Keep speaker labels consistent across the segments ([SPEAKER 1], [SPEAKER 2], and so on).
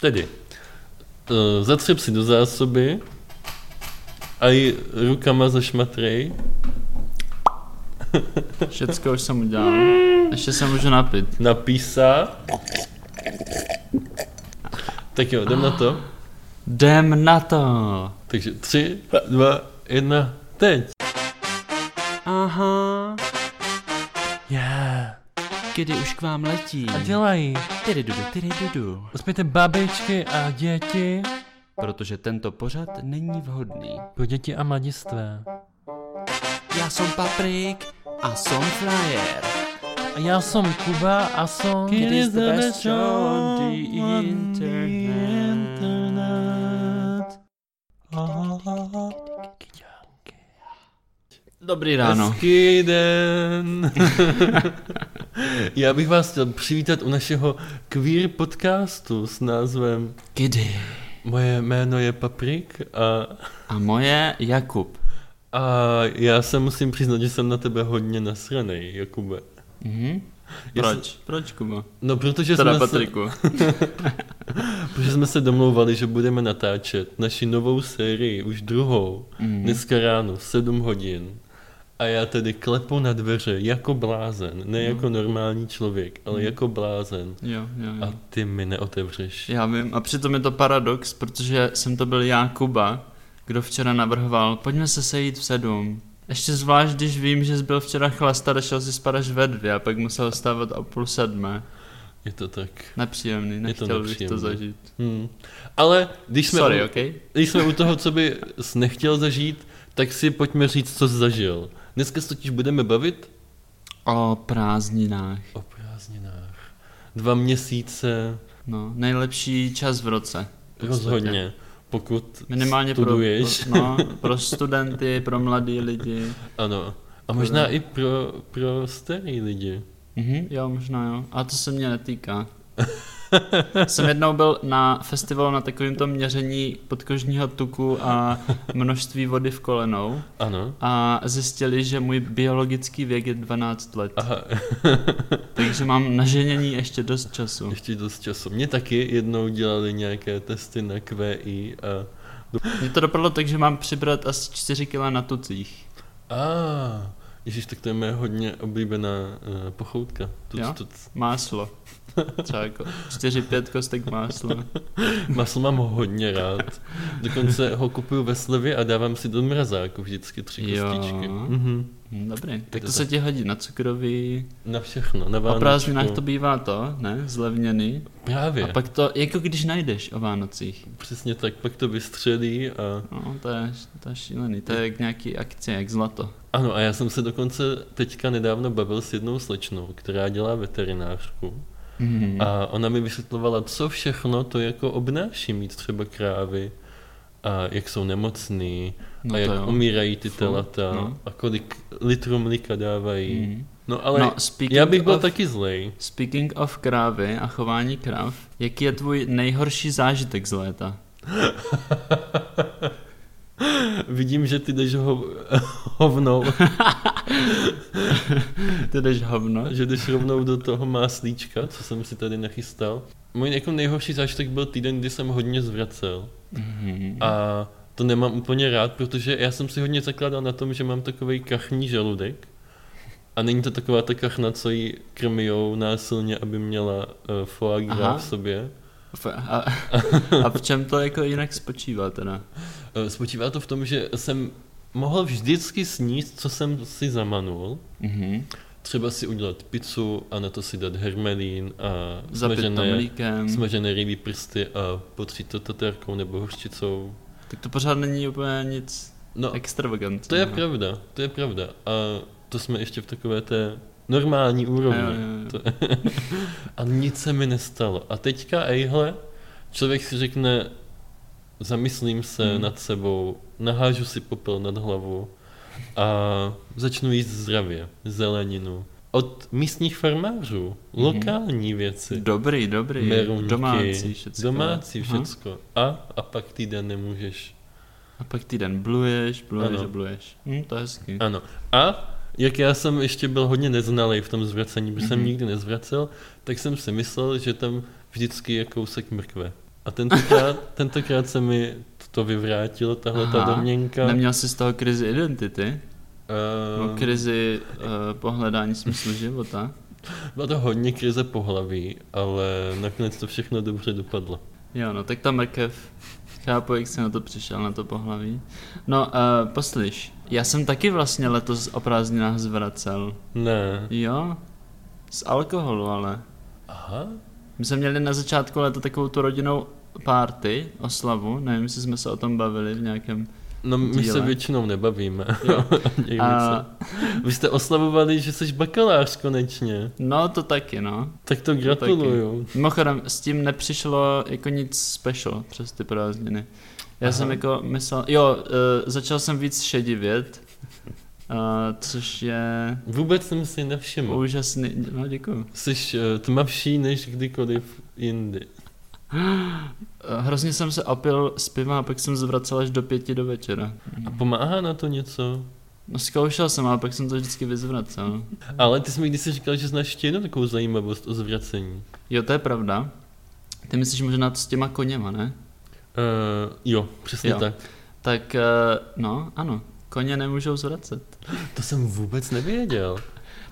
[SPEAKER 1] Tedy, eh, zatřep si do zásoby a i rukama zašmatrej.
[SPEAKER 2] Všecko už jsem udělal. Ještě se můžu napít.
[SPEAKER 1] napísa. Tak jo, jdem na to.
[SPEAKER 2] Jdem na to!
[SPEAKER 1] Takže tři, dva, jedna, teď.
[SPEAKER 2] Aha,
[SPEAKER 1] Yeah.
[SPEAKER 2] kdy už k vám letí.
[SPEAKER 1] A dělají.
[SPEAKER 2] Tyry dudu, tyry dudu.
[SPEAKER 1] Uspějte babičky a děti.
[SPEAKER 2] Protože tento pořad není vhodný.
[SPEAKER 1] Pro děti a mladistvé.
[SPEAKER 2] Já jsem Paprik a jsem Flyer.
[SPEAKER 1] A já jsem Kuba a jsem...
[SPEAKER 2] It is the best show on the internet. Dobrý ráno.
[SPEAKER 1] Hezký den. já bych vás chtěl přivítat u našeho queer podcastu s názvem
[SPEAKER 2] Kdy?
[SPEAKER 1] Moje jméno je Paprik a,
[SPEAKER 2] A moje Jakub.
[SPEAKER 1] a já se musím přiznat, že jsem na tebe hodně nasranej, Jakube.
[SPEAKER 2] Mhm.
[SPEAKER 1] Já
[SPEAKER 2] Proč? Proč, Kubo?
[SPEAKER 1] No, protože
[SPEAKER 2] Teda
[SPEAKER 1] jsme, se,
[SPEAKER 2] Patriku.
[SPEAKER 1] protože jsme se domlouvali, že budeme natáčet naši novou sérii, už druhou,
[SPEAKER 2] Mhm.
[SPEAKER 1] dneska ráno, v 7 hodin. A já tedy klepu na dveře jako blázen, ne
[SPEAKER 2] Mhm.
[SPEAKER 1] jako normální člověk, ale jako blázen.
[SPEAKER 2] Jo, jo,
[SPEAKER 1] A
[SPEAKER 2] jo.
[SPEAKER 1] ty mi neotevřeš.
[SPEAKER 2] Já vím, a přitom je to paradox, protože jsem to byl já, Kuba, kdo včera navrhoval, pojďme se sejít v sedm. Ještě zvlášť, když vím, že jsi byl včera chlastat a šel si spát až ve dvě a pak musel stávat o půl sedmé.
[SPEAKER 1] Je to tak.
[SPEAKER 2] Nepříjemný, nechtěl bych to
[SPEAKER 1] nepříjemný.
[SPEAKER 2] zažít.
[SPEAKER 1] Hmm. Ale když jsme,
[SPEAKER 2] Sorry,
[SPEAKER 1] u,
[SPEAKER 2] ok?
[SPEAKER 1] když jsme u toho, co by jsi nechtěl zažít, tak si pojďme říct, co jsi zažil. Dneska se totiž budeme bavit
[SPEAKER 2] O prázdninách.
[SPEAKER 1] o prázdninách. Dva měsíce,
[SPEAKER 2] No, nejlepší čas v roce. podstatě.
[SPEAKER 1] rozhodně, pokud
[SPEAKER 2] Minimálně
[SPEAKER 1] studuješ.
[SPEAKER 2] pro, pro, no, pro studenty, pro mladý lidi.
[SPEAKER 1] Ano. A možná i pro, pro starý lidi.
[SPEAKER 2] Mhm, jo, možná jo. A to se mě netýká. Jsem jednou byl na festivalu na takovém tom měření podkožního tuku a množství vody v kolenou
[SPEAKER 1] Ano.
[SPEAKER 2] a zjistili, že můj biologický věk je 12 let,
[SPEAKER 1] Aha,
[SPEAKER 2] takže mám na ženění ještě dost času.
[SPEAKER 1] ještě dost času. Mě taky jednou dělali nějaké testy na QI a...
[SPEAKER 2] Mně to dopadlo tak, že mám přibrat asi 4 kg na tucích.
[SPEAKER 1] A, ježiš, tak to je moje hodně oblíbená uh, pochoutka. Tuc,
[SPEAKER 2] Jo?
[SPEAKER 1] tuc.
[SPEAKER 2] Máslo. Třeba jako 4-5 kostek másla.
[SPEAKER 1] Maso mám hodně rád. Dokonce ho kupuju ve slevě a dávám si do mrazáku vždycky tři
[SPEAKER 2] Jo.
[SPEAKER 1] kostičky. Mhm.
[SPEAKER 2] Hm, Dobrý, tak
[SPEAKER 1] to
[SPEAKER 2] to se
[SPEAKER 1] tak.
[SPEAKER 2] ti hodí na cukroví.
[SPEAKER 1] Na všechno, na
[SPEAKER 2] O
[SPEAKER 1] Vánočku.
[SPEAKER 2] prázdninách to bývá to, ne? Zlevněný.
[SPEAKER 1] Právě,
[SPEAKER 2] A pak to, jako když najdeš o Vánocích.
[SPEAKER 1] přesně tak, pak to vystřelí a...
[SPEAKER 2] No, to je, to je šílený, to je jak nějaký akce, jak zlato.
[SPEAKER 1] Ano, a já jsem se dokonce teďka nedávno bavil s jednou slečnou, která dělá veterinářku.
[SPEAKER 2] Mm.
[SPEAKER 1] A ona mi vysvětlovala, co všechno to jako obnáší mít třeba krávy a jak jsou nemocný
[SPEAKER 2] No
[SPEAKER 1] a
[SPEAKER 2] to
[SPEAKER 1] jak
[SPEAKER 2] jo.
[SPEAKER 1] umírají ty
[SPEAKER 2] Fú,
[SPEAKER 1] telata
[SPEAKER 2] no.
[SPEAKER 1] a kolik litrů mlíka dávají.
[SPEAKER 2] Mm.
[SPEAKER 1] No ale
[SPEAKER 2] no, speaking
[SPEAKER 1] já bych byl
[SPEAKER 2] of,
[SPEAKER 1] taky zlej.
[SPEAKER 2] Speaking of krávy a chování kráv, jaký je tvůj nejhorší zážitek z léta?
[SPEAKER 1] Vidím, že ty jdeš ho, hovnou,
[SPEAKER 2] Ty jdeš hovno?
[SPEAKER 1] že jdeš rovnou do toho máslíčka, co jsem si tady nachystal. Můj jako nejhorší zážitek byl týden, kdy jsem hodně zvracel.
[SPEAKER 2] Mm.
[SPEAKER 1] A to nemám úplně rád, protože já jsem si hodně zakládal na tom, že mám takový kachní žaludek. A není to taková ta kachna, co ji krmijou násilně, aby měla uh, foie
[SPEAKER 2] Aha.
[SPEAKER 1] gras v sobě.
[SPEAKER 2] F- A, a v čem to jako jinak spočívá teda?
[SPEAKER 1] Uh, spočívá to v tom, že jsem mohl vždycky sníst, co jsem si zamanul. Mhm.
[SPEAKER 2] Mm.
[SPEAKER 1] Třeba si udělat pizzu a na to si dát hermelín a
[SPEAKER 2] Zapit to
[SPEAKER 1] smažené,
[SPEAKER 2] mlíkem.
[SPEAKER 1] smažené rybí prsty a potřít to tatarkou nebo hořčicou.
[SPEAKER 2] Tak to pořád není úplně nic
[SPEAKER 1] No,
[SPEAKER 2] extravagantního.
[SPEAKER 1] To je pravda, to je pravda. A to jsme ještě v takové té normální úrovni.
[SPEAKER 2] Jo, jo, jo.
[SPEAKER 1] To, a nic se mi nestalo. A teďka, ejhle, člověk si řekne, zamyslím se
[SPEAKER 2] Hmm.
[SPEAKER 1] hmm. nad sebou, nahážu si popel nad hlavu a začnu jíst zdravě, zeleninu. Od místních
[SPEAKER 2] Mhm.
[SPEAKER 1] farmářů, lokální věci.
[SPEAKER 2] Dobrý, dobrý.
[SPEAKER 1] Merunky,
[SPEAKER 2] Domácí všecko.
[SPEAKER 1] Domácí
[SPEAKER 2] Aha.
[SPEAKER 1] všecko. A, a pak týden nemůžeš
[SPEAKER 2] A pak týden bluješ, bluješ
[SPEAKER 1] Ano.
[SPEAKER 2] a bluješ. Hm, to je hezky.
[SPEAKER 1] Ano. A jak já jsem ještě byl hodně neznalý v tom zvracení, protože jsem
[SPEAKER 2] Mhm.
[SPEAKER 1] nikdy nezvracel, tak jsem si myslel, že tam vždycky je kousek mrkve. A tentokrát, tentokrát se mi to vyvrátilo, tahle ta
[SPEAKER 2] Aha,
[SPEAKER 1] domněnka.
[SPEAKER 2] Neměl jsi z toho krizi identity?
[SPEAKER 1] Eh,
[SPEAKER 2] No, krizi uh, pohledání smyslu života?
[SPEAKER 1] Byla to hodně krize pohlaví, ale nakonec to všechno dobře dopadlo.
[SPEAKER 2] Jo, no tak ta mrkev. Chápu, jak jsi na to přišel, na to pohlaví. No, uh, poslyš, já jsem taky vlastně letos o prázdninách zvracel.
[SPEAKER 1] Ne.
[SPEAKER 2] Jo, z alkoholu ale.
[SPEAKER 1] Aha.
[SPEAKER 2] My jsme měli na začátku leta takovou tu rodinnou party, oslavu, nevím, jestli jsme se o tom bavili v nějakém...
[SPEAKER 1] No my
[SPEAKER 2] Díle.
[SPEAKER 1] se většinou nebavíme.
[SPEAKER 2] Jo.
[SPEAKER 1] Někdy
[SPEAKER 2] A,
[SPEAKER 1] se. Vy jste oslavovali, že jsi bakalář konečně.
[SPEAKER 2] no, to taky, no.
[SPEAKER 1] Tak to gratuluju.
[SPEAKER 2] Mimochodem, s tím nepřišlo jako nic special přes ty prázdniny. Já
[SPEAKER 1] Aha.
[SPEAKER 2] jsem jako myslel, jo, uh, začal jsem víc šedivět, uh, což je
[SPEAKER 1] Vůbec jsem si nevšiml.
[SPEAKER 2] úžasný, no děkuju.
[SPEAKER 1] Jsi eh, tmavší než kdykoliv jindy.
[SPEAKER 2] Eh, Hrozně jsem se opil z piva a pak jsem zvracel až do pěti do večera.
[SPEAKER 1] A pomáhá na to něco?
[SPEAKER 2] No zkoušel jsem, ale pak jsem to vždycky vyzvracel.
[SPEAKER 1] Ale ty jsi mi kdysi říkal, že znáš ještě jednu takovou zajímavost o zvracení.
[SPEAKER 2] Jo, to je pravda. Ty myslíš možná to s těma koněma, ne?
[SPEAKER 1] Uh, jo, přesně
[SPEAKER 2] Jo.
[SPEAKER 1] jo. tak.
[SPEAKER 2] Tak, eh, no, ano. Koně nemůžou zvracet.
[SPEAKER 1] To jsem vůbec nevěděl.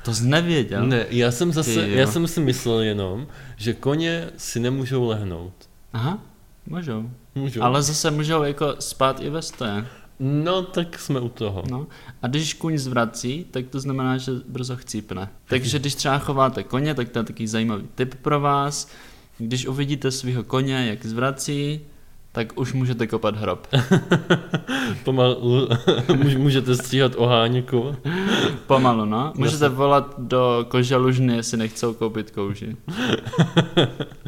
[SPEAKER 2] To jsi nevěděl.
[SPEAKER 1] Ne, já jsem zase,
[SPEAKER 2] Ty jo.
[SPEAKER 1] já jsem si myslel jenom, že koně si nemůžou lehnout.
[SPEAKER 2] Aha, můžou.
[SPEAKER 1] Můžou.
[SPEAKER 2] Ale zase můžou jako spát i ve stoje.
[SPEAKER 1] No, tak jsme u toho.
[SPEAKER 2] No. A když kůň zvrací, tak to znamená, že brzo chcípne. Takže když třeba chováte koně, tak to je takový zajímavý tip pro vás. Když uvidíte svého koně, jak zvrací, tak už můžete kopat hrob.
[SPEAKER 1] Pomalu můž- můžete stříhat oháňku.
[SPEAKER 2] Pomalu, no. Můžete volat do koželužny, jestli nechcou koupit kouži.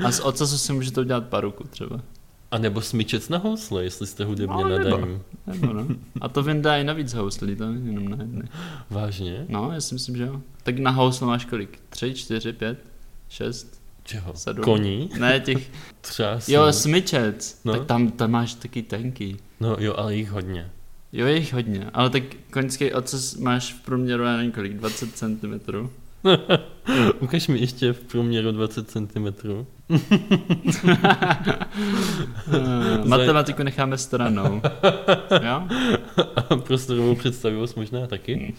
[SPEAKER 2] A z ocasu si můžete udělat paruku třeba.
[SPEAKER 1] A nebo smyčec na housle, jestli jste hudebně
[SPEAKER 2] No,
[SPEAKER 1] no,
[SPEAKER 2] nebo.
[SPEAKER 1] nadaní.
[SPEAKER 2] Nebo no. A to vyndá i navíc houslí, to není jenom na jedny.
[SPEAKER 1] Vážně?
[SPEAKER 2] No, já si myslím, že jo. Tak na housle máš kolik? Tři, čtyři, pět, šest?
[SPEAKER 1] Čeho?
[SPEAKER 2] Sedm.
[SPEAKER 1] Koní?
[SPEAKER 2] Ne, těch...
[SPEAKER 1] Třásy?
[SPEAKER 2] Jo, smyčec. No.
[SPEAKER 1] No.
[SPEAKER 2] Tak tam, tam máš taky tenký.
[SPEAKER 1] No jo, ale jich hodně.
[SPEAKER 2] Jo, je jich hodně, ale tak koňský oces máš v průměru, já nevím kolik, 20 cm.
[SPEAKER 1] Ukaž mi ještě v průměru 20 cm.
[SPEAKER 2] Eh, Matematiku necháme stranou. Jo?
[SPEAKER 1] A prostorovou představivost možná taky.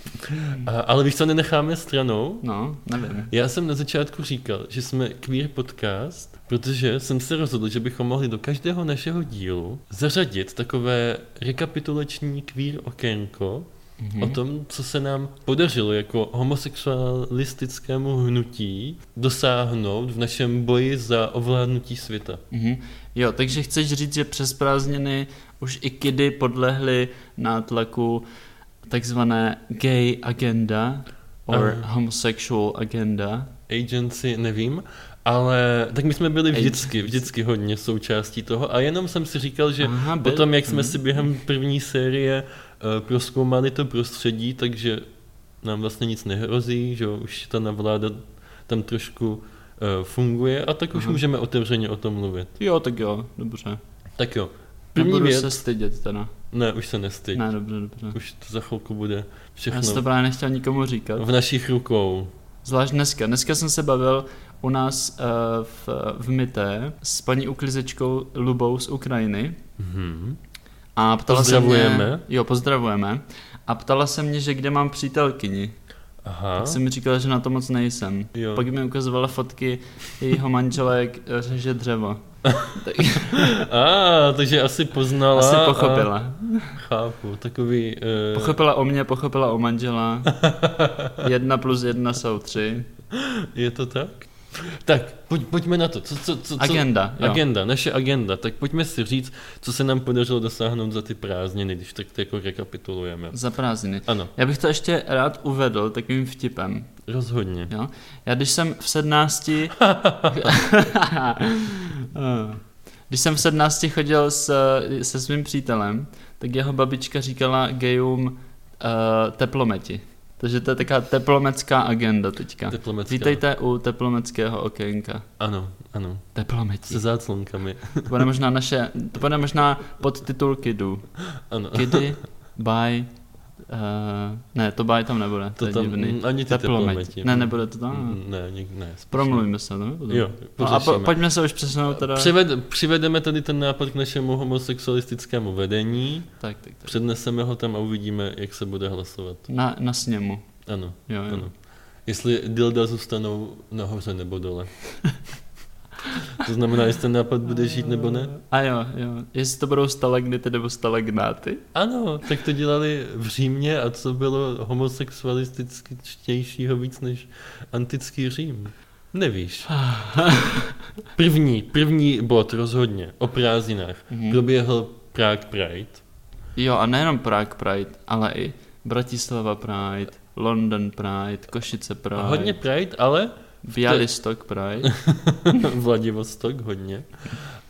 [SPEAKER 1] A, ale víš, co nenecháme stranou?
[SPEAKER 2] No, nevím.
[SPEAKER 1] Já jsem na začátku říkal, že jsme queer podcast, protože jsem se rozhodl, že bychom mohli do každého našeho dílu zařadit takové rekapitulační queer okénko
[SPEAKER 2] Mhm.
[SPEAKER 1] o tom, co se nám podařilo jako homosexualistickému hnutí dosáhnout v našem boji za ovládnutí světa.
[SPEAKER 2] Mhm. Jo, takže chceš říct, že přes prázdniny už i kidy podlehly nátlaku takzvané gay agenda or
[SPEAKER 1] Aha.
[SPEAKER 2] homosexual agenda.
[SPEAKER 1] Agency nevím, ale tak my jsme byli
[SPEAKER 2] Agency.
[SPEAKER 1] vždycky, vždycky hodně součástí toho a jenom jsem si říkal, že
[SPEAKER 2] Aha, byl-
[SPEAKER 1] Potom, jak jsme
[SPEAKER 2] Mhm.
[SPEAKER 1] si během první série eh, proskoumali to prostředí, takže nám vlastně nic nehrozí, že jo, už ta navláda tam trošku eh, funguje a tak už
[SPEAKER 2] Aha.
[SPEAKER 1] můžeme otevřeně o tom mluvit.
[SPEAKER 2] Jo, tak jo, dobře.
[SPEAKER 1] Tak jo, první
[SPEAKER 2] Nebudu
[SPEAKER 1] věc,
[SPEAKER 2] se stydět teda.
[SPEAKER 1] ne, už se nestyď,
[SPEAKER 2] Ne, dobře, dobře.
[SPEAKER 1] už to za chvilku bude
[SPEAKER 2] Já jsem to
[SPEAKER 1] všechno No.
[SPEAKER 2] právě nechtěl nikomu říkat.
[SPEAKER 1] v našich rukou.
[SPEAKER 2] Zvlášť dneska. Dneska jsem se bavil u nás eh, v, v Mité s paní uklizečkou Lubou z Ukrajiny.
[SPEAKER 1] Mhm.
[SPEAKER 2] A ptala Se mě,
[SPEAKER 1] Pozdravujeme.
[SPEAKER 2] jo, pozdravujeme. A ptala se mě, že kde mám přítelkyni.
[SPEAKER 1] Aha,
[SPEAKER 2] Tak jsem mi říkal, že na to moc nejsem.
[SPEAKER 1] jo.
[SPEAKER 2] Pak mi ukazovala fotky jejího manžela, jak řeže dřevo. Tak
[SPEAKER 1] A, takže asi poznala.
[SPEAKER 2] asi
[SPEAKER 1] A,
[SPEAKER 2] pochopila.
[SPEAKER 1] chápu, takový... eh,
[SPEAKER 2] Pochopila o mě, pochopila o manžela. Jedna plus jedna jsou tři.
[SPEAKER 1] Je to tak? Tak, pojď, pojďme na to. Co, co, co, co,
[SPEAKER 2] Agenda, jo.
[SPEAKER 1] Agenda, naše agenda. Tak pojďme si říct, co se nám podařilo dosáhnout za ty prázdniny, když tak to jako rekapitulujeme.
[SPEAKER 2] Za prázdniny.
[SPEAKER 1] Ano,
[SPEAKER 2] Já bych to ještě rád uvedl takovým vtipem.
[SPEAKER 1] rozhodně.
[SPEAKER 2] Jo? Já když jsem v sednácti... když jsem v sednácti chodil s, se svým přítelem, tak jeho babička říkala gejům uh, teplometi. Takže to je taková teplomecká agenda teďka.
[SPEAKER 1] Diplomatické.
[SPEAKER 2] Vítejte u teplomeckého okénka.
[SPEAKER 1] Ano, ano.
[SPEAKER 2] Teplometi.
[SPEAKER 1] Se záclonkami.
[SPEAKER 2] To bude možná naše, to bude možná podtitul kidu.
[SPEAKER 1] Ano.
[SPEAKER 2] Kidy by Uh, ne, to báj tam nebude.
[SPEAKER 1] To tam
[SPEAKER 2] divný.
[SPEAKER 1] ani ty teplometi.
[SPEAKER 2] Ne, nebude to tam.
[SPEAKER 1] Mm, Ne, nik- ne. spíš
[SPEAKER 2] Promluvíme se, no?
[SPEAKER 1] ne. Jo,
[SPEAKER 2] No a po,
[SPEAKER 1] pořešíme.
[SPEAKER 2] pojďme se už přesunout teda.
[SPEAKER 1] Přived, přivedeme tady ten nápad k našemu homosexualistickému vedení,
[SPEAKER 2] Tak, tak, tak.
[SPEAKER 1] předneseme ho tam a uvidíme, jak se bude hlasovat.
[SPEAKER 2] Na, na sněmu.
[SPEAKER 1] Ano,
[SPEAKER 2] Jo, jo.
[SPEAKER 1] ano. Jestli dilda zůstanou nahoře nebo dole. to znamená, jestli ten nápad bude žít nebo ne?
[SPEAKER 2] A jo, jo. Jestli to budou stalagnity nebo stalagnáty.
[SPEAKER 1] Ano, tak to dělali v Římě a co bylo homosexualističtějšího víc než antický Řím? Nevíš. První, první bod rozhodně o prázdninách.
[SPEAKER 2] Mhm.
[SPEAKER 1] Proběhl Prague Pride.
[SPEAKER 2] Jo, a nejenom Prague Pride, ale i Bratislava Pride, London Pride, Košice Pride,
[SPEAKER 1] Hodně Pride, ale
[SPEAKER 2] Bialystok Pride.
[SPEAKER 1] Vladivostok hodně.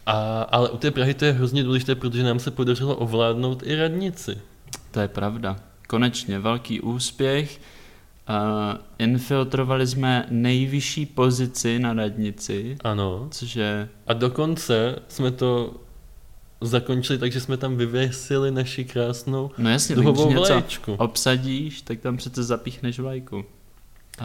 [SPEAKER 1] A, ale u té Prahy to je hrozně důležité, protože nám se podařilo ovládnout i radnici.
[SPEAKER 2] To je pravda. Konečně velký úspěch. Uh, infiltrovali jsme nejvyšší pozici na radnici,
[SPEAKER 1] Ano.
[SPEAKER 2] což je...
[SPEAKER 1] A dokonce jsme to zakončili, takže jsme tam vyvěsili naši krásnou
[SPEAKER 2] No jasně, tak když
[SPEAKER 1] duhovou
[SPEAKER 2] něco
[SPEAKER 1] vlaječku.
[SPEAKER 2] obsadíš, tak tam přece zapíchneš vlajku.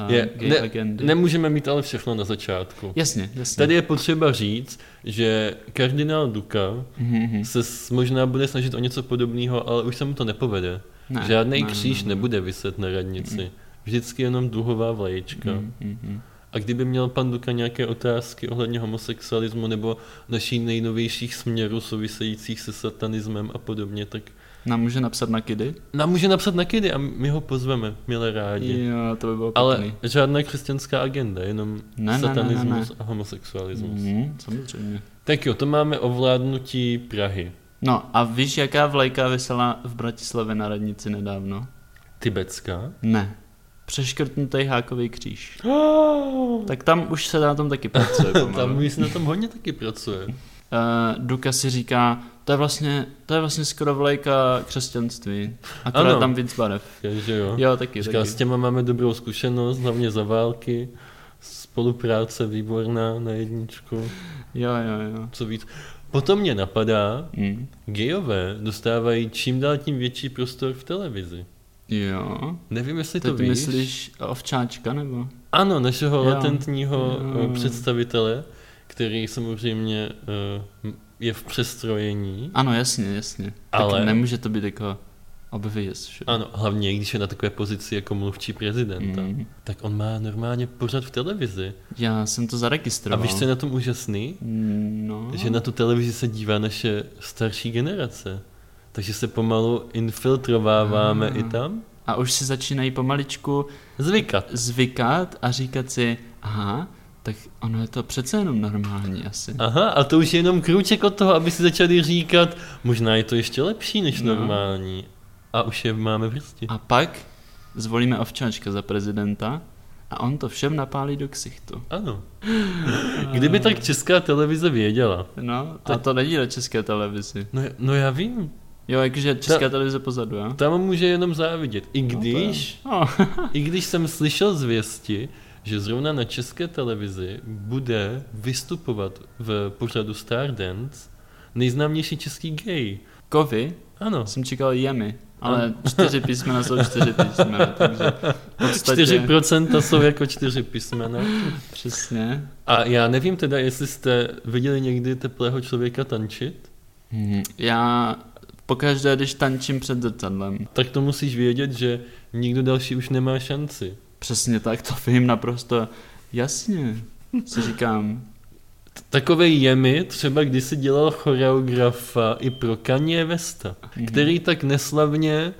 [SPEAKER 2] Uh,
[SPEAKER 1] Je,
[SPEAKER 2] gay
[SPEAKER 1] ne-
[SPEAKER 2] agendy.
[SPEAKER 1] Nemůžeme mít ale všechno na začátku.
[SPEAKER 2] Jasně, jasně.
[SPEAKER 1] Tady je potřeba říct, že kardinál Duka
[SPEAKER 2] Mhm,
[SPEAKER 1] se s- možná bude snažit o něco podobného, ale už se mu to nepovede.
[SPEAKER 2] ne,
[SPEAKER 1] Žádný
[SPEAKER 2] ne,
[SPEAKER 1] kříž
[SPEAKER 2] ne, Mm-hmm. ne.
[SPEAKER 1] nebude vyset na radnici. Vždycky jenom duhová vlaječka.
[SPEAKER 2] Mhm, mhm.
[SPEAKER 1] A kdyby měl pan Duka nějaké otázky ohledně homosexualismu nebo naší nejnovějších směrů souvisejících se satanismem a podobně, tak
[SPEAKER 2] Nám může napsat na kidy?
[SPEAKER 1] nám může napsat na kidy a my ho pozveme, milé rádi.
[SPEAKER 2] Jo, to by bylo
[SPEAKER 1] Ale
[SPEAKER 2] pěkný.
[SPEAKER 1] žádná křesťanská agenda, jenom
[SPEAKER 2] Ne, ne, ne,
[SPEAKER 1] satanismus
[SPEAKER 2] ne, ne.
[SPEAKER 1] a homosexualismus.
[SPEAKER 2] Mhm, samozřejmě.
[SPEAKER 1] Tak jo, to máme ovládnutí Prahy.
[SPEAKER 2] No a víš, jaká vlajka vysela v Bratislavě na radnici nedávno?
[SPEAKER 1] Tibetská.
[SPEAKER 2] Ne. Přeškrtnutý hákový kříž. Tak tam už se na tom taky pracuje.
[SPEAKER 1] Tam
[SPEAKER 2] pomalu.
[SPEAKER 1] už se na tom hodně taky pracuje.
[SPEAKER 2] Eh, Duka si říká, to je vlastně, to je vlastně skoro vlajka křesťanství. Akorát
[SPEAKER 1] Ano.
[SPEAKER 2] tam víc barev.
[SPEAKER 1] Takže jo.
[SPEAKER 2] Jo, taky,
[SPEAKER 1] Říká,
[SPEAKER 2] taky.
[SPEAKER 1] s těma máme dobrou zkušenost, hlavně za války. Spolupráce výborná na jedničku.
[SPEAKER 2] Jo, jo, jo.
[SPEAKER 1] Co víc. Potom mě napadá,
[SPEAKER 2] Mm.
[SPEAKER 1] gejové dostávají čím dál tím větší prostor v televizi.
[SPEAKER 2] Jo.
[SPEAKER 1] Nevím, jestli
[SPEAKER 2] Ty
[SPEAKER 1] to
[SPEAKER 2] to
[SPEAKER 1] víš.
[SPEAKER 2] myslíš ovčáčka nebo?
[SPEAKER 1] Ano, našeho
[SPEAKER 2] Jo.
[SPEAKER 1] latentního
[SPEAKER 2] Jo.
[SPEAKER 1] eh, představitele, který samozřejmě eh, je v přestrojení.
[SPEAKER 2] Ano, jasně, jasně. Ale...
[SPEAKER 1] Ale-
[SPEAKER 2] Tak nemůže to být jako obvěz. že?
[SPEAKER 1] Ano, hlavně když je na takové pozici jako mluvčí prezidenta, mm.
[SPEAKER 2] Mm.
[SPEAKER 1] tak on má normálně pořad v televizi.
[SPEAKER 2] Já jsem to
[SPEAKER 1] A
[SPEAKER 2] zaregistroval.
[SPEAKER 1] víš, co je na tom úžasný?
[SPEAKER 2] No.
[SPEAKER 1] Že na tu televizi se dívá naše starší generace. Takže se pomalu infiltrováváme
[SPEAKER 2] Ah.
[SPEAKER 1] i tam.
[SPEAKER 2] A už si začínají pomaličku
[SPEAKER 1] Zvykat.
[SPEAKER 2] zvykat a říkat si, aha, tak ono je to přece jenom normální asi.
[SPEAKER 1] Aha, a to už je jenom krůček od toho, aby si začali říkat, možná je to ještě lepší než
[SPEAKER 2] No.
[SPEAKER 1] normální. A už je máme v hrsti.
[SPEAKER 2] A pak zvolíme ovčáčka za prezidenta a on to všem napálí do ksichtu.
[SPEAKER 1] Ano. Kdyby tak česká televize věděla.
[SPEAKER 2] No, to, a to není na české televizi.
[SPEAKER 1] No, j- no já vím,
[SPEAKER 2] Jo, jakože
[SPEAKER 1] No.
[SPEAKER 2] česká televize pozadu, jo?
[SPEAKER 1] tam může jenom závidět. I když,
[SPEAKER 2] No, to je- no.
[SPEAKER 1] i když jsem slyšel zvěsti, že zrovna na české televizi bude vystupovat v pořadu Stardance nejznámější český gay.
[SPEAKER 2] Kovy
[SPEAKER 1] Ano,
[SPEAKER 2] jsem čekal jemi,
[SPEAKER 1] No.
[SPEAKER 2] ale čtyři písmena jsou čtyři písmena, takže v podstatě
[SPEAKER 1] 4% jsou jako čtyři písmena.
[SPEAKER 2] přesně.
[SPEAKER 1] A já nevím teda, jestli jste viděli někdy teplého člověka tančit,
[SPEAKER 2] Mhm. Já pokaždé, když tančím před zrcadlem,
[SPEAKER 1] tak to musíš vědět, že nikdo další už nemá šanci.
[SPEAKER 2] Přesně tak, to vím naprosto jasně. Si říkám, Mhm.
[SPEAKER 1] Takovej jemi třeba kdysi dělal choreografa i pro Kanye Vesta,
[SPEAKER 2] Mhm.
[SPEAKER 1] který tak neslavně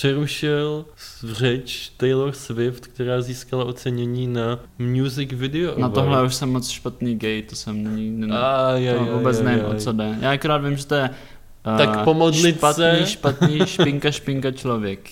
[SPEAKER 1] přerušil s- řeč Taylor Swift, která získala ocenění na Music Video
[SPEAKER 2] na
[SPEAKER 1] Award.
[SPEAKER 2] No, tohle už jsem moc špatný gay, to jsem nikdy ne...
[SPEAKER 1] A, je,
[SPEAKER 2] to
[SPEAKER 1] je,
[SPEAKER 2] vůbec
[SPEAKER 1] je,
[SPEAKER 2] nevím,
[SPEAKER 1] je.
[SPEAKER 2] o co jde. Já akorát vím, že to je eh,
[SPEAKER 1] Tak pomodlit
[SPEAKER 2] špatný,
[SPEAKER 1] se.
[SPEAKER 2] špatný, špinka, špinka člověk.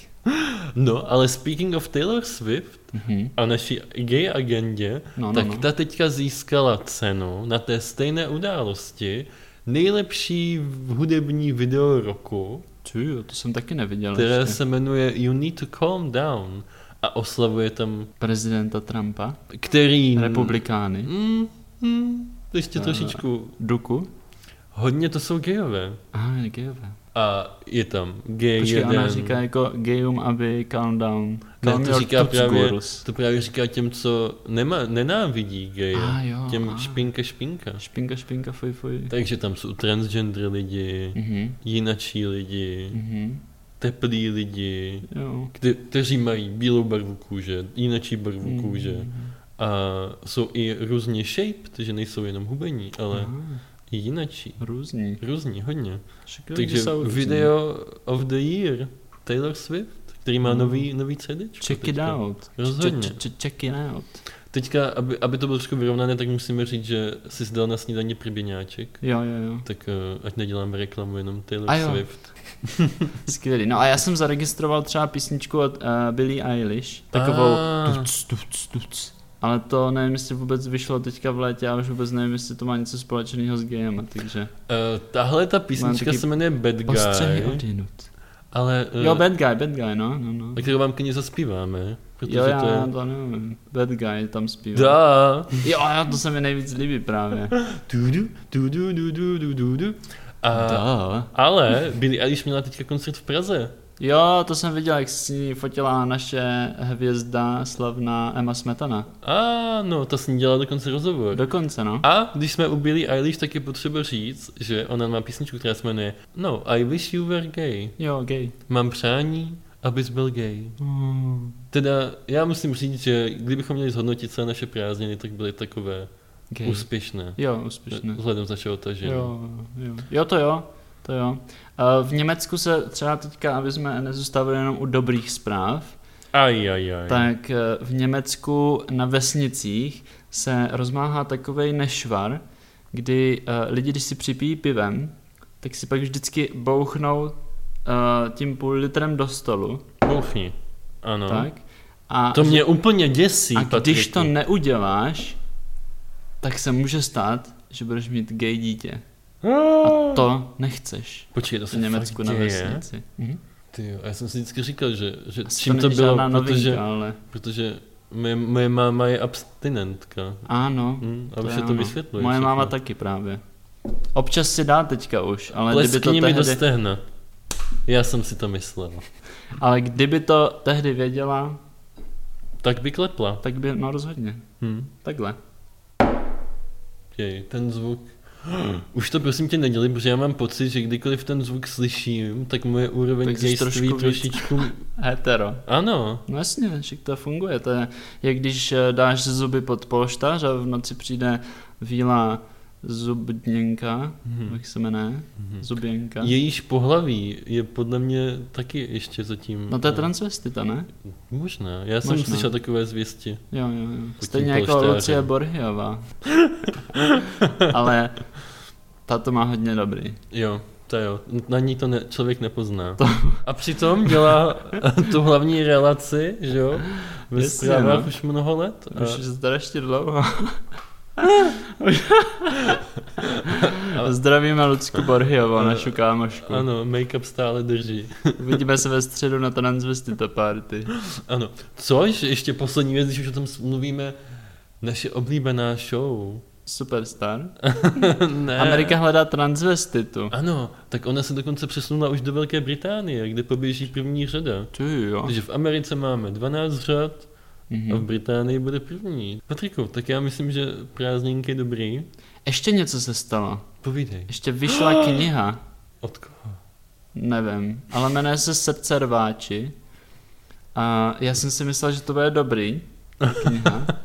[SPEAKER 1] No, ale speaking of Taylor Swift
[SPEAKER 2] Mhm.
[SPEAKER 1] a naší gay agendě,
[SPEAKER 2] No, no,
[SPEAKER 1] tak
[SPEAKER 2] no.
[SPEAKER 1] ta teďka získala cenu na té stejné události nejlepší v- hudební video roku,
[SPEAKER 2] Ty, to jsem taky neviděl
[SPEAKER 1] které
[SPEAKER 2] ještě.
[SPEAKER 1] se jmenuje You Need to Calm Down a oslavuje tam,
[SPEAKER 2] Prezidenta Trumpa,
[SPEAKER 1] který...
[SPEAKER 2] republikány,
[SPEAKER 1] Mm, mm, ještě
[SPEAKER 2] Eh.
[SPEAKER 1] trošičku
[SPEAKER 2] Duku,
[SPEAKER 1] Hodně to jsou gejové.
[SPEAKER 2] Aha, gejové.
[SPEAKER 1] A je tam gay
[SPEAKER 2] Počkej,
[SPEAKER 1] jeden.
[SPEAKER 2] ona říká jako gayum, aby calm down.
[SPEAKER 1] Ne,
[SPEAKER 2] Calm
[SPEAKER 1] to
[SPEAKER 2] your
[SPEAKER 1] říká
[SPEAKER 2] toots,
[SPEAKER 1] právě-
[SPEAKER 2] girls.
[SPEAKER 1] To právě říká těm, co nemá, nenávidí geje.
[SPEAKER 2] A Ah, jo,
[SPEAKER 1] Těm
[SPEAKER 2] a.
[SPEAKER 1] špinka špinka.
[SPEAKER 2] Špinka, špinka, fuj, fuj.
[SPEAKER 1] Takže tam jsou transgender lidi,
[SPEAKER 2] Mhm.
[SPEAKER 1] jinačí lidi,
[SPEAKER 2] Mhm.
[SPEAKER 1] teplí lidi,
[SPEAKER 2] Jo.
[SPEAKER 1] kte- kteří mají bílou barvu kůže, jinačí barvu kůže.
[SPEAKER 2] Mhm.
[SPEAKER 1] A jsou i různě shaped, že nejsou jenom hubení, ale
[SPEAKER 2] Aha,
[SPEAKER 1] i jinačí.
[SPEAKER 2] Různí.
[SPEAKER 1] Různí, hodně.
[SPEAKER 2] Šikrovní
[SPEAKER 1] Takže
[SPEAKER 2] jsou různí.
[SPEAKER 1] video of the year, Taylor Swift, který má
[SPEAKER 2] Mm.
[SPEAKER 1] nový, nový CD.
[SPEAKER 2] Check it out.
[SPEAKER 1] Rozhodně.
[SPEAKER 2] Ch- ch- ch- Check it out.
[SPEAKER 1] Teďka, aby, aby to bylo trošku vyrovnané, tak musíme říct, že jsi zdal na snídaní priběňáček.
[SPEAKER 2] Jo, jo, jo.
[SPEAKER 1] Tak eh, ať neděláme reklamu, jenom Taylor
[SPEAKER 2] A jo.
[SPEAKER 1] Swift.
[SPEAKER 2] Skvělý. No a já jsem zaregistroval třeba písničku od uh, Billie Eilish, takovou
[SPEAKER 1] A.
[SPEAKER 2] tuc, tuc, tuc. Ale to nevím, jestli vůbec vyšlo teďka v létě, já už vůbec nevím, jestli to má něco společného s gayem, takže
[SPEAKER 1] Eh, tahle ta písnička
[SPEAKER 2] taky
[SPEAKER 1] se jmenuje Bad
[SPEAKER 2] postřehy
[SPEAKER 1] Guy,
[SPEAKER 2] odinut.
[SPEAKER 1] ale eh,
[SPEAKER 2] Jo, bad guy, bad guy, no, no, no.
[SPEAKER 1] na kterou vám klidně zaspíváme, protože
[SPEAKER 2] Jo,
[SPEAKER 1] to
[SPEAKER 2] já
[SPEAKER 1] je...
[SPEAKER 2] to nevím, bad guy tam zpívá.
[SPEAKER 1] Da.
[SPEAKER 2] Jo, a to se mi nejvíc líbí právě.
[SPEAKER 1] Du-du, du-du, du-du, du-du, du. A,
[SPEAKER 2] Da.
[SPEAKER 1] ale Billie Eilish měla teďka koncert v Praze.
[SPEAKER 2] Jo, to jsem viděl, jak si fotila naše hvězda slavná Emma Smetana.
[SPEAKER 1] A no, ta s ní dělala dokonce rozhovor.
[SPEAKER 2] Dokonce, no.
[SPEAKER 1] A když jsme u Billie Eilish, tak je potřeba říct, že ona má písničku, která se jmenuje No, I wish you were gay.
[SPEAKER 2] Jo, gay.
[SPEAKER 1] Mám přání, abys byl gay.
[SPEAKER 2] Hmm.
[SPEAKER 1] Teda já musím říct, že kdybychom měli zhodnotit celé naše prázdniny, tak byly takové
[SPEAKER 2] Gay.
[SPEAKER 1] úspěšné.
[SPEAKER 2] Jo, úspěšné.
[SPEAKER 1] Vzhledem z našeho tažení.
[SPEAKER 2] Jo, jo. jo, to jo, to jo. Eh, V Německu se třeba teďka, aby jsme nezůstávali jenom u dobrých zpráv,
[SPEAKER 1] Aj, aj, aj.
[SPEAKER 2] tak eh, v Německu na vesnicích se rozmáhá takovej nešvar, kdy eh, lidi, když si připijí pivem, tak si pak vždycky bouchnou eh, tím půl litrem do stolu,
[SPEAKER 1] Bouchni. Ano.
[SPEAKER 2] tak? A
[SPEAKER 1] No. To mě úplně děsí,
[SPEAKER 2] a když
[SPEAKER 1] Patriku.
[SPEAKER 2] to neuděláš, tak se může stát, že budeš mít gay dítě. A to nechceš.
[SPEAKER 1] Ah. Počkej, to se
[SPEAKER 2] v Německu
[SPEAKER 1] fakt
[SPEAKER 2] na
[SPEAKER 1] děje.
[SPEAKER 2] vesnici. Mhm.
[SPEAKER 1] Ty, a já jsem si vždycky říkal, že, že
[SPEAKER 2] Asi
[SPEAKER 1] čím to
[SPEAKER 2] není
[SPEAKER 1] bylo,
[SPEAKER 2] žádná novinka,
[SPEAKER 1] protože,
[SPEAKER 2] ale...
[SPEAKER 1] protože moje, moje máma je abstinentka.
[SPEAKER 2] Ano,
[SPEAKER 1] Hmm,
[SPEAKER 2] to
[SPEAKER 1] aby
[SPEAKER 2] je
[SPEAKER 1] se to
[SPEAKER 2] ono.
[SPEAKER 1] vysvětluje.
[SPEAKER 2] Moje
[SPEAKER 1] všechno.
[SPEAKER 2] máma taky právě. Občas si dá teďka už, ale kdyby, to
[SPEAKER 1] Pleskni mi do
[SPEAKER 2] tehdy,
[SPEAKER 1] stehna. Já jsem si to myslel.
[SPEAKER 2] ale kdyby to tehdy věděla,
[SPEAKER 1] Tak by klepla.
[SPEAKER 2] tak by, no rozhodně,
[SPEAKER 1] Hm.
[SPEAKER 2] takhle.
[SPEAKER 1] Jej, ten zvuk. Už to prosím tě nedělej, protože já mám pocit, že kdykoliv ten zvuk slyším, tak moje úroveň
[SPEAKER 2] Tak jsi
[SPEAKER 1] dějství
[SPEAKER 2] trošku víc.
[SPEAKER 1] trošičku...
[SPEAKER 2] Hetero.
[SPEAKER 1] Ano.
[SPEAKER 2] No jasně, však to funguje, to je jak když eh, dáš zuby pod polštář a v noci přijde vílá zubněnka,
[SPEAKER 1] Mhm.
[SPEAKER 2] jak se jmenuje,
[SPEAKER 1] Mhm.
[SPEAKER 2] zuběnka.
[SPEAKER 1] Jejíž pohlaví je podle mě taky ještě zatím...
[SPEAKER 2] No to je
[SPEAKER 1] eh,
[SPEAKER 2] transvestita, ne?
[SPEAKER 1] Možná, já jsem
[SPEAKER 2] Možná.
[SPEAKER 1] slyšel takové zvěsti.
[SPEAKER 2] Jo, jo, jo.
[SPEAKER 1] Pod
[SPEAKER 2] Stejně
[SPEAKER 1] tím
[SPEAKER 2] jako
[SPEAKER 1] polštářem.
[SPEAKER 2] Lucie Borhiová. Ale ta to má hodně dobrý.
[SPEAKER 1] Jo, to jo, na ní to ne, člověk nepozná. A přitom dělá tu hlavní relaci, že jo, ve
[SPEAKER 2] Jasně,
[SPEAKER 1] zprávách
[SPEAKER 2] no.
[SPEAKER 1] už mnoho let. A,
[SPEAKER 2] Už je to ještě dlouho. Zdravíme Lucku Borhiovou, našu kámošku.
[SPEAKER 1] ano, make-up stále drží.
[SPEAKER 2] Uvidíme se ve středu na transvestita party.
[SPEAKER 1] Ano, což ještě poslední věc, když už o tom mluvíme, naše oblíbená show.
[SPEAKER 2] Superstar.
[SPEAKER 1] ne.
[SPEAKER 2] Amerika hledá transvestitu.
[SPEAKER 1] Eh. Ano, tak ona se dokonce přesunula už do Velké Británie, kde poběží první řada.
[SPEAKER 2] Ty jo.
[SPEAKER 1] Takže v Americe máme 12 řad, A v
[SPEAKER 2] Mhm.
[SPEAKER 1] Británii bude první. Patriku, tak já myslím, že prázdninky dobrý.
[SPEAKER 2] Ještě něco se stalo.
[SPEAKER 1] Povídej.
[SPEAKER 2] Ještě vyšla kniha.
[SPEAKER 1] Od koho?
[SPEAKER 2] Nevím, ale jmenuje se Srdce rváči. A já jsem si myslel, že to bude dobrý. Kniha.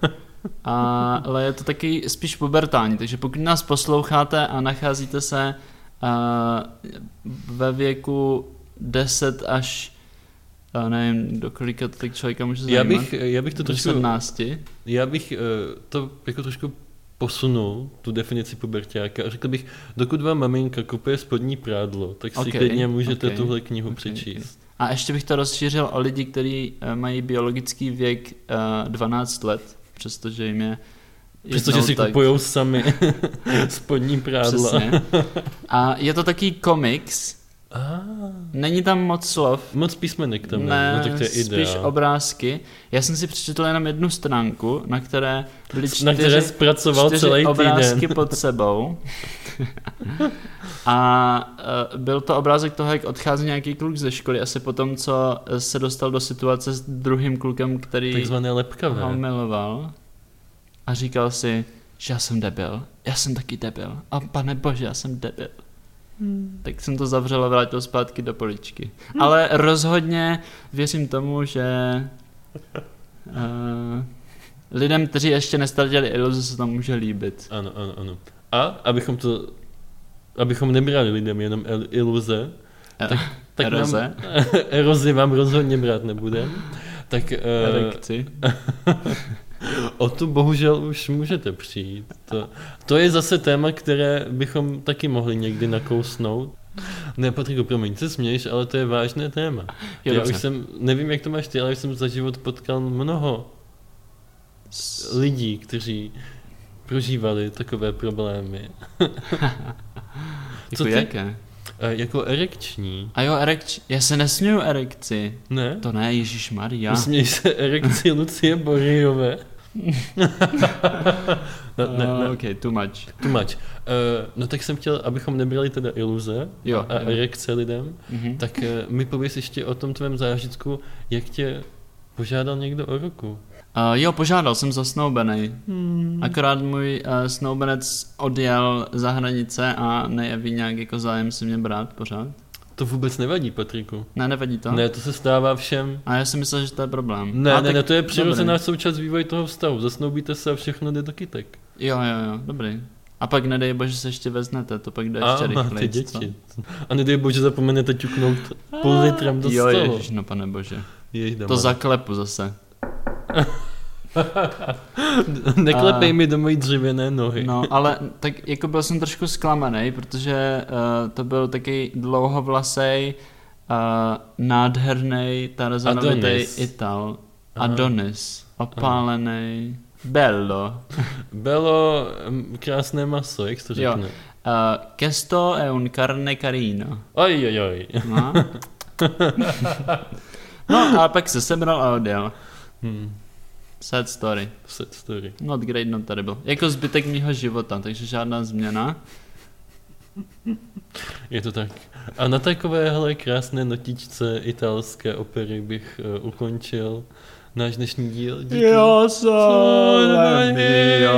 [SPEAKER 2] A, ale je to taky spíš pubertální, takže pokud nás posloucháte a nacházíte se a, ve věku 10 až a nevím, do kolika to tak člověka může
[SPEAKER 1] Já
[SPEAKER 2] zajímat.
[SPEAKER 1] bych, já bych to
[SPEAKER 2] do
[SPEAKER 1] trošku,
[SPEAKER 2] 17.
[SPEAKER 1] já bych eh, to jako trošku posunul, tu definici pubertáka a řekl bych, dokud vám maminka kupuje spodní prádlo, tak si
[SPEAKER 2] Ok,
[SPEAKER 1] klidně můžete
[SPEAKER 2] ok,
[SPEAKER 1] tuhle knihu
[SPEAKER 2] ok,
[SPEAKER 1] přečíst.
[SPEAKER 2] A ještě bych to rozšířil o lidi, kteří eh, mají biologický věk eh, 12 let, přestože jim je
[SPEAKER 1] Přestože
[SPEAKER 2] jednou
[SPEAKER 1] si
[SPEAKER 2] tak-
[SPEAKER 1] kupujou sami spodní prádla.
[SPEAKER 2] Přesně. A je to taký komiks,
[SPEAKER 1] Ah,
[SPEAKER 2] Není tam moc slov,
[SPEAKER 1] moc písmenek tam
[SPEAKER 2] ne,
[SPEAKER 1] není, no tak to je
[SPEAKER 2] spíš
[SPEAKER 1] ideál.
[SPEAKER 2] obrázky. Já jsem si přečetl jenom jednu stránku, na které byly čtyři,
[SPEAKER 1] na které zpracoval
[SPEAKER 2] čtyři
[SPEAKER 1] celý
[SPEAKER 2] obrázky
[SPEAKER 1] týden.
[SPEAKER 2] pod sebou. A eh, byl to obrázek toho, jak odchází nějaký kluk ze školy, asi po tom, co eh, se dostal do situace s druhým klukem, který
[SPEAKER 1] Takzvané lepkavé.
[SPEAKER 2] ho miloval. A říkal si, že já jsem debil, já jsem taky debil. A pane bože, já jsem debil. Tak jsem to zavřel a vrátil zpátky do poličky. Ale rozhodně věřím tomu, že uh, lidem, kteří ještě nestratili iluze, se to může líbit.
[SPEAKER 1] Ano, ano, ano. A abychom to, abychom nebrali lidem jenom el- iluze,
[SPEAKER 2] E-
[SPEAKER 1] tak, tak
[SPEAKER 2] eroze?
[SPEAKER 1] Nám, erozi vám rozhodně brát nebudem. Tak uh,
[SPEAKER 2] Erekci.
[SPEAKER 1] o tu bohužel už můžete přijít. To, to je zase téma, které bychom taky mohli někdy nakousnout. Ne, Patriku, promiň, se směješ, ale to je vážné téma. Já
[SPEAKER 2] Jo, dobře.
[SPEAKER 1] už jsem, nevím, jak to máš ty, ale už jsem za život potkal mnoho
[SPEAKER 2] S-
[SPEAKER 1] lidí, kteří prožívali takové problémy.
[SPEAKER 2] jako
[SPEAKER 1] co ty?
[SPEAKER 2] jaké?
[SPEAKER 1] E, jako erekční.
[SPEAKER 2] A jo, erekč... Já se nesměju erekci.
[SPEAKER 1] Ne?
[SPEAKER 2] To ne, Ježíš Maria.
[SPEAKER 1] Směj se erekci Lucie Borijové. ne, ne, ne,
[SPEAKER 2] Eh, Ok, too much.
[SPEAKER 1] too much. Uh, no tak jsem chtěl, abychom nebrali teda iluze
[SPEAKER 2] Jo,
[SPEAKER 1] a
[SPEAKER 2] jo.
[SPEAKER 1] erekce lidem,
[SPEAKER 2] Mhm.
[SPEAKER 1] tak uh, mi pověs ještě o tom tvém zážitku, jak tě požádal někdo o ruku.
[SPEAKER 2] Uh, jo, požádal jsem za snoubenej. Akorát můj uh, snoubenec odjel za hranice a nejeví nějak jako zájem si mě brát pořád.
[SPEAKER 1] To vůbec nevadí, Patriku.
[SPEAKER 2] Ne, nevadí to?
[SPEAKER 1] Ne, to se stává všem.
[SPEAKER 2] A já si myslel, že to je problém.
[SPEAKER 1] Ne,
[SPEAKER 2] a
[SPEAKER 1] ne, ne, to je přirozená
[SPEAKER 2] Dobrý.
[SPEAKER 1] součást vývoje toho vztahu. Zasnoubíte se a všechno jde do kytek.
[SPEAKER 2] Jo, jo, jo, dobrý. A pak nedej bože se ještě veznete, to pak jde ještě
[SPEAKER 1] a máte
[SPEAKER 2] rychleji.
[SPEAKER 1] děti.
[SPEAKER 2] no.
[SPEAKER 1] A nedej bože zapomenete ťuknout půl litrem do
[SPEAKER 2] jo,
[SPEAKER 1] stolu.
[SPEAKER 2] ježiš, no pane bože.
[SPEAKER 1] Jež doma.
[SPEAKER 2] To zaklepu zase.
[SPEAKER 1] Neklepej
[SPEAKER 2] A-
[SPEAKER 1] mi do mojí dřevěné nohy.
[SPEAKER 2] No, ale tak jako byl jsem trošku zklamaný, protože uh, to byl taky dlouhovlasej, uh, nádherný, tarazanovitej
[SPEAKER 1] Adonis.
[SPEAKER 2] Ital.
[SPEAKER 1] Aha.
[SPEAKER 2] Adonis. Opálený. Bello.
[SPEAKER 1] Bylo mm, krásné maso, jak se to
[SPEAKER 2] Jo.
[SPEAKER 1] řekne.
[SPEAKER 2] Uh, questo è un carne carino.
[SPEAKER 1] Oj, oj, oj.
[SPEAKER 2] No. no a pak se sebral a odjel.
[SPEAKER 1] Hmm.
[SPEAKER 2] Sad story.
[SPEAKER 1] Sad story.
[SPEAKER 2] Not great, not terrible. Jako zbytek mýho života, takže žádná změna.
[SPEAKER 1] Je to tak. A na takovéhle krásné notičce italské opery bych eh, ukončil náš dnešní díl. Díky. Sole mia,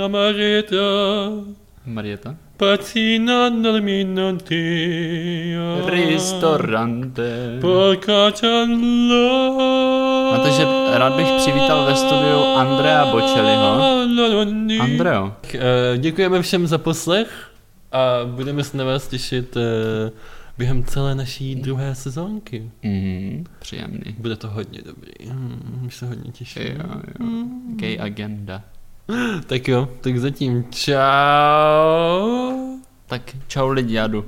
[SPEAKER 1] la marita.
[SPEAKER 2] Marieta?
[SPEAKER 1] Patina dorminantia.
[SPEAKER 2] Ristorante.
[SPEAKER 1] Polkačanla.
[SPEAKER 2] No, takže rád bych přivítal ve studiu Andrea Bocelliho. Andreo.
[SPEAKER 1] Tak, eh, Děkujeme všem za poslech a budeme se na vás těšit eh, během celé naší druhé sezónky.
[SPEAKER 2] Mhm, příjemný.
[SPEAKER 1] Bude to hodně dobrý. Hmm, už se hodně těším.
[SPEAKER 2] Jo, jo. Gay agenda.
[SPEAKER 1] Tak jo, tak zatím čau.
[SPEAKER 2] Tak čau lidi, já jdu.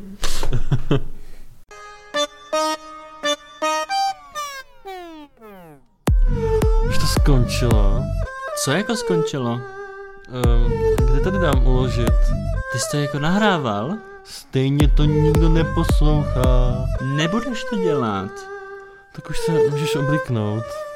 [SPEAKER 1] Už to skončilo.
[SPEAKER 2] Co jako skončilo?
[SPEAKER 1] Ehm, kde tady dám uložit?
[SPEAKER 2] Ty jsi to jako nahrával?
[SPEAKER 1] Stejně to nikdo neposlouchá.
[SPEAKER 2] Nebudeš to dělat.
[SPEAKER 1] Tak už se můžeš obliknout.